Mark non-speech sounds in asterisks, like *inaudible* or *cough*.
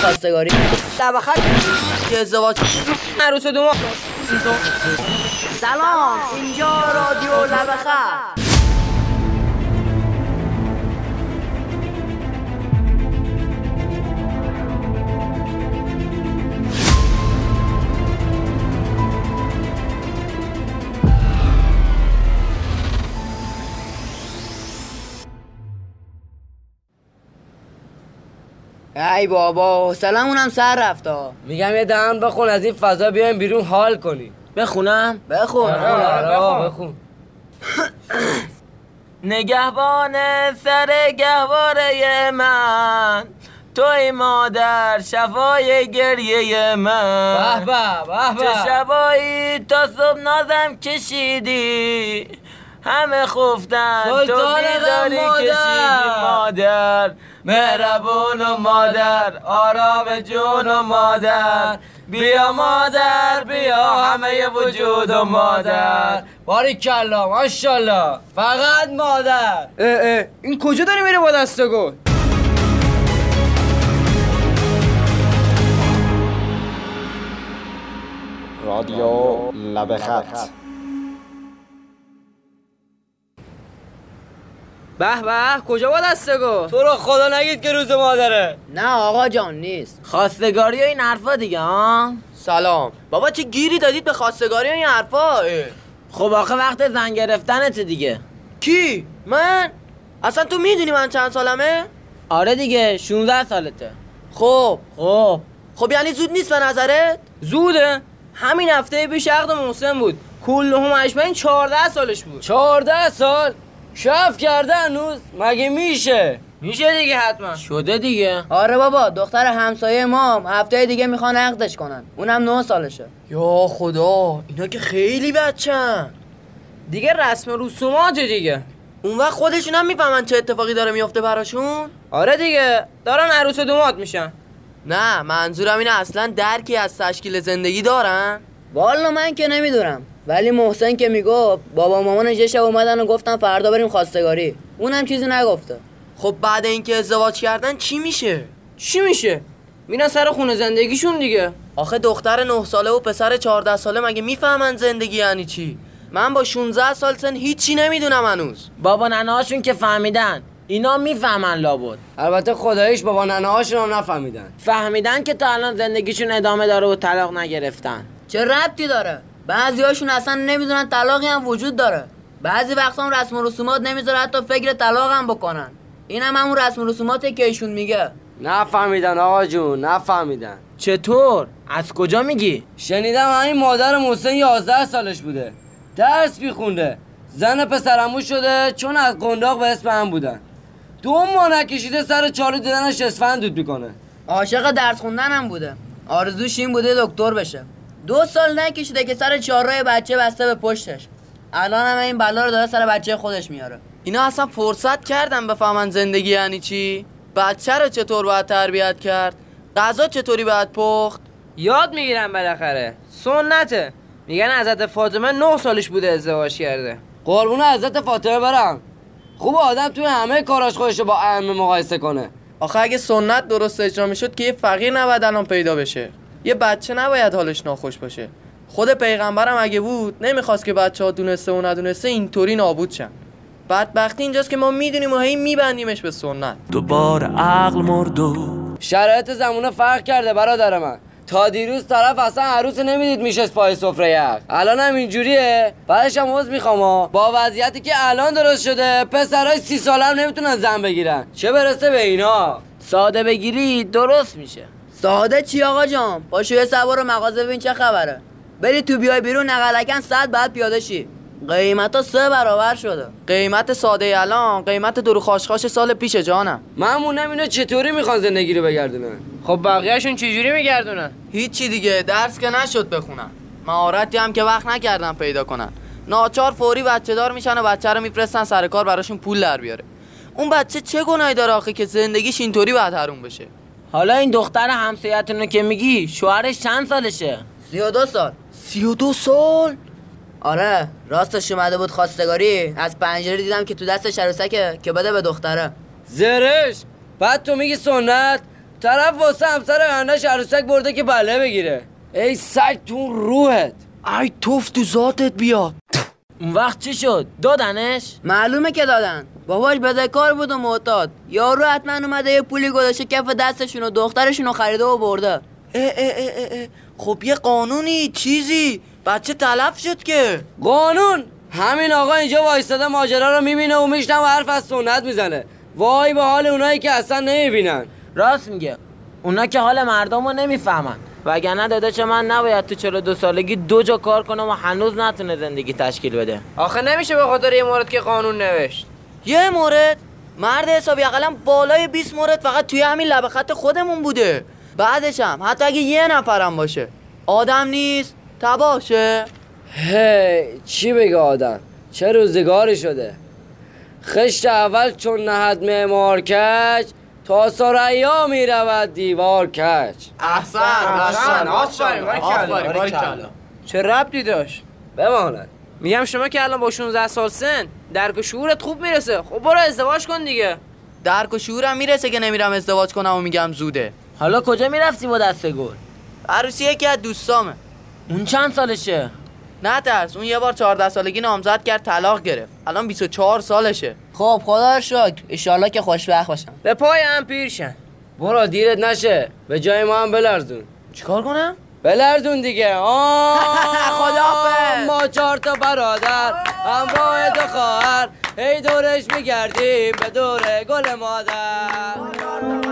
خواستگاری دوخت که ازدواج عروس دوم سلام اینجا رادیو لبخه ای بابا سلامون هم سر رفت ها میگم یه دهن بخون از این فضا بیایم بیرون حال کنیم بخونم بخون آره بخون نگهبان سر گهواره من توی مادر شفای گریه به من به به چه به شبایی تا صبح نازم کشیدی همه خفتن تو سلطان غم بیداری مادر. کشیدی مادر مهربون و مادر آرام جون و مادر بیا مادر بیا همه وجود و مادر باریکلا ماشاءالله فقط مادر اه اه این کجا داره میره با دست گل رادیو لب خط به به کجا با دست گل تو رو خدا نگید که روز مادره نه آقا جان نیست خواستگاری و این حرفا دیگه ها سلام بابا چه گیری دادید به خواستگاری و این حرفا اه. خب آخه وقت زن گرفتنت دیگه کی من اصلا تو میدونی من چند سالمه آره دیگه 16 سالته خب خب خب یعنی زود نیست به نظرت زوده همین هفته پیش عقد محسن بود کلهم اجمعین 14 سالش بود چهارده سال شف کرده هنوز مگه میشه میشه دیگه حتما شده دیگه آره بابا دختر همسایه ما هم هفته دیگه میخوان عقدش کنن اونم نه سالشه یا خدا اینا که خیلی بچن دیگه رسم رسومات دیگه اون وقت خودشون هم میفهمن چه اتفاقی داره میفته براشون آره دیگه دارن عروس و دومات میشن نه منظورم اینه اصلا درکی از تشکیل زندگی دارن والا من که نمیدونم ولی محسن که میگفت بابا و مامانش یه شب اومدن و گفتن فردا بریم خواستگاری اونم چیزی نگفته خب بعد اینکه ازدواج کردن چی میشه چی میشه میرن سر خونه زندگیشون دیگه آخه دختر 9 ساله و پسر 14 ساله مگه میفهمن زندگی یعنی چی من با 16 سال سن هیچی نمیدونم هنوز بابا ننهاشون که فهمیدن اینا میفهمن لابد البته خداییش بابا ننه هاشون هم نفهمیدن فهمیدن که تا الان زندگیشون ادامه داره و طلاق نگرفتن چه ربطی داره بعضیاشون اصلا نمیدونن طلاقی هم وجود داره بعضی وقتا هم رسم و رسومات نمیذاره حتی فکر طلاق هم بکنن این هم همون رسم و رسوماته که ایشون میگه نفهمیدن آقا جون نفهمیدن چطور از کجا میگی شنیدم همین مادر محسن 11 سالش بوده درس میخونده زن پسرمو شده چون از قنداق به اسم هم بودن دو ماه نکشیده سر چالو دیدنش اسفند دود میکنه عاشق درس خوندن هم بوده آرزوش این بوده دکتر بشه دو سال نکشیده که سر چهارراه بچه بسته به پشتش الان هم این بلا رو داره سر بچه خودش میاره اینا اصلا فرصت کردن بفهمن زندگی یعنی چی بچه رو چطور باید تربیت کرد غذا چطوری باید پخت یاد میگیرن بالاخره سنته میگن حضرت فاطمه نه سالش بوده ازدواج کرده قربون حضرت فاطمه برم خوب آدم توی همه کاراش خودش رو با ائمه مقایسه کنه آخه اگه سنت درست اجرا میشد که یه فقیر نباید الان پیدا بشه یه بچه نباید حالش ناخوش باشه خود پیغمبرم اگه بود نمیخواست که بچه ها دونسته و ندونسته اینطوری نابود شن بدبختی اینجاست که ما میدونیم و هی میبندیمش به سنت دوباره عقل مرد و شرایط زمونه فرق کرده برادر من تا دیروز طرف اصلا عروس نمیدید میشه پای سفره یخ الان هم اینجوریه بعدش هم عوض میخوام ها. با وضعیتی که الان درست شده پسرای سی ساله هم نمیتونن زن بگیرن چه برسه به اینا ساده بگیری درست میشه ساده چی آقا جان پاشو یه سوار مغازه ببین چه خبره بری تو بیای بیرون نقلکن صد بعد پیاده شی قیمتا سه برابر شده قیمت ساده الان قیمت درو خاشخاش سال پیش جانم ممنونم اینا چطوری میخوان زندگی رو بگردونن خب بقیهشون چجوری میگردونن هیچی دیگه درس که نشد بخونن مهارتی هم که وقت نکردن پیدا کنن ناچار فوری بچه دار میشن و بچه رو میفرستن سر کار براشون پول در بیاره اون بچه چه گناهی داره آخه که زندگیش اینطوری باید حروم بشه حالا این دختر همسایتون رو که میگی شوهرش چند سالشه سی و دو سال سی و دو سال آره راستش اومده بود خواستگاری از پنجره دیدم که تو دست شروسکه که بده به دختره زرش بعد تو میگی سنت طرف واسه همسر آیندهش عروسک برده که بله بگیره ای سگ تو اون روحت ای توف تو ذاتت بیاد اون وقت چی شد دادنش معلومه که دادن باباش بدهکار بود و معتاد یارو حتما اومده یه پولی گذاشته کف دستشون و دخترشون رو خریده و برده اه اه اه اه اه. خب یه قانونی چیزی بچه تلف شد که قانون همین آقا اینجا وایستاده ماجرا رو میبینه و میشنه و حرف از سنت میزنه وای به حال اونایی که اصلا نمیبینن راست میگه اونا که حال مردم رو نمیفهمن وگرنه داداش من نباید تو 42 سالگی دو جا کار کنم و هنوز نتونه زندگی تشکیل بده آخه نمیشه به خاطر یه مورد که قانون نوشت یه مورد مرد حسابی اقلا بالای 20 مورد فقط توی همین لبه خط خودمون بوده بعدش هم حتی اگه یه نفرم باشه آدم نیست تباشه هی چی بگه آدم چه روزگاری شده خشت اول چون نهد معمار کج تا سریا میرود دیوار کج احسن احسن آفرین آفرین چه ربطی داشت بماند میگم شما که الان با 16 سال سن درک و شعورت خوب میرسه خب برو ازدواج کن دیگه درک و شعورم میرسه که نمیرم ازدواج کنم و میگم زوده حالا کجا میرفتی با دست گل عروسی یکی از دوستامه اون چند سالشه نه ترس اون یه بار 14 سالگی نامزد کرد طلاق گرفت الان 24 سالشه خب خدا رو شکر ایشالله که خوشبخت باشم به پای هم پیرشن برو دیرت نشه به جای ما هم بلرزون چیکار کنم بلرزون دیگه آه *laughs* خداحافظ. ما چهار تا برادر هم باید خواهر هی دورش میگردیم به دور گل مادر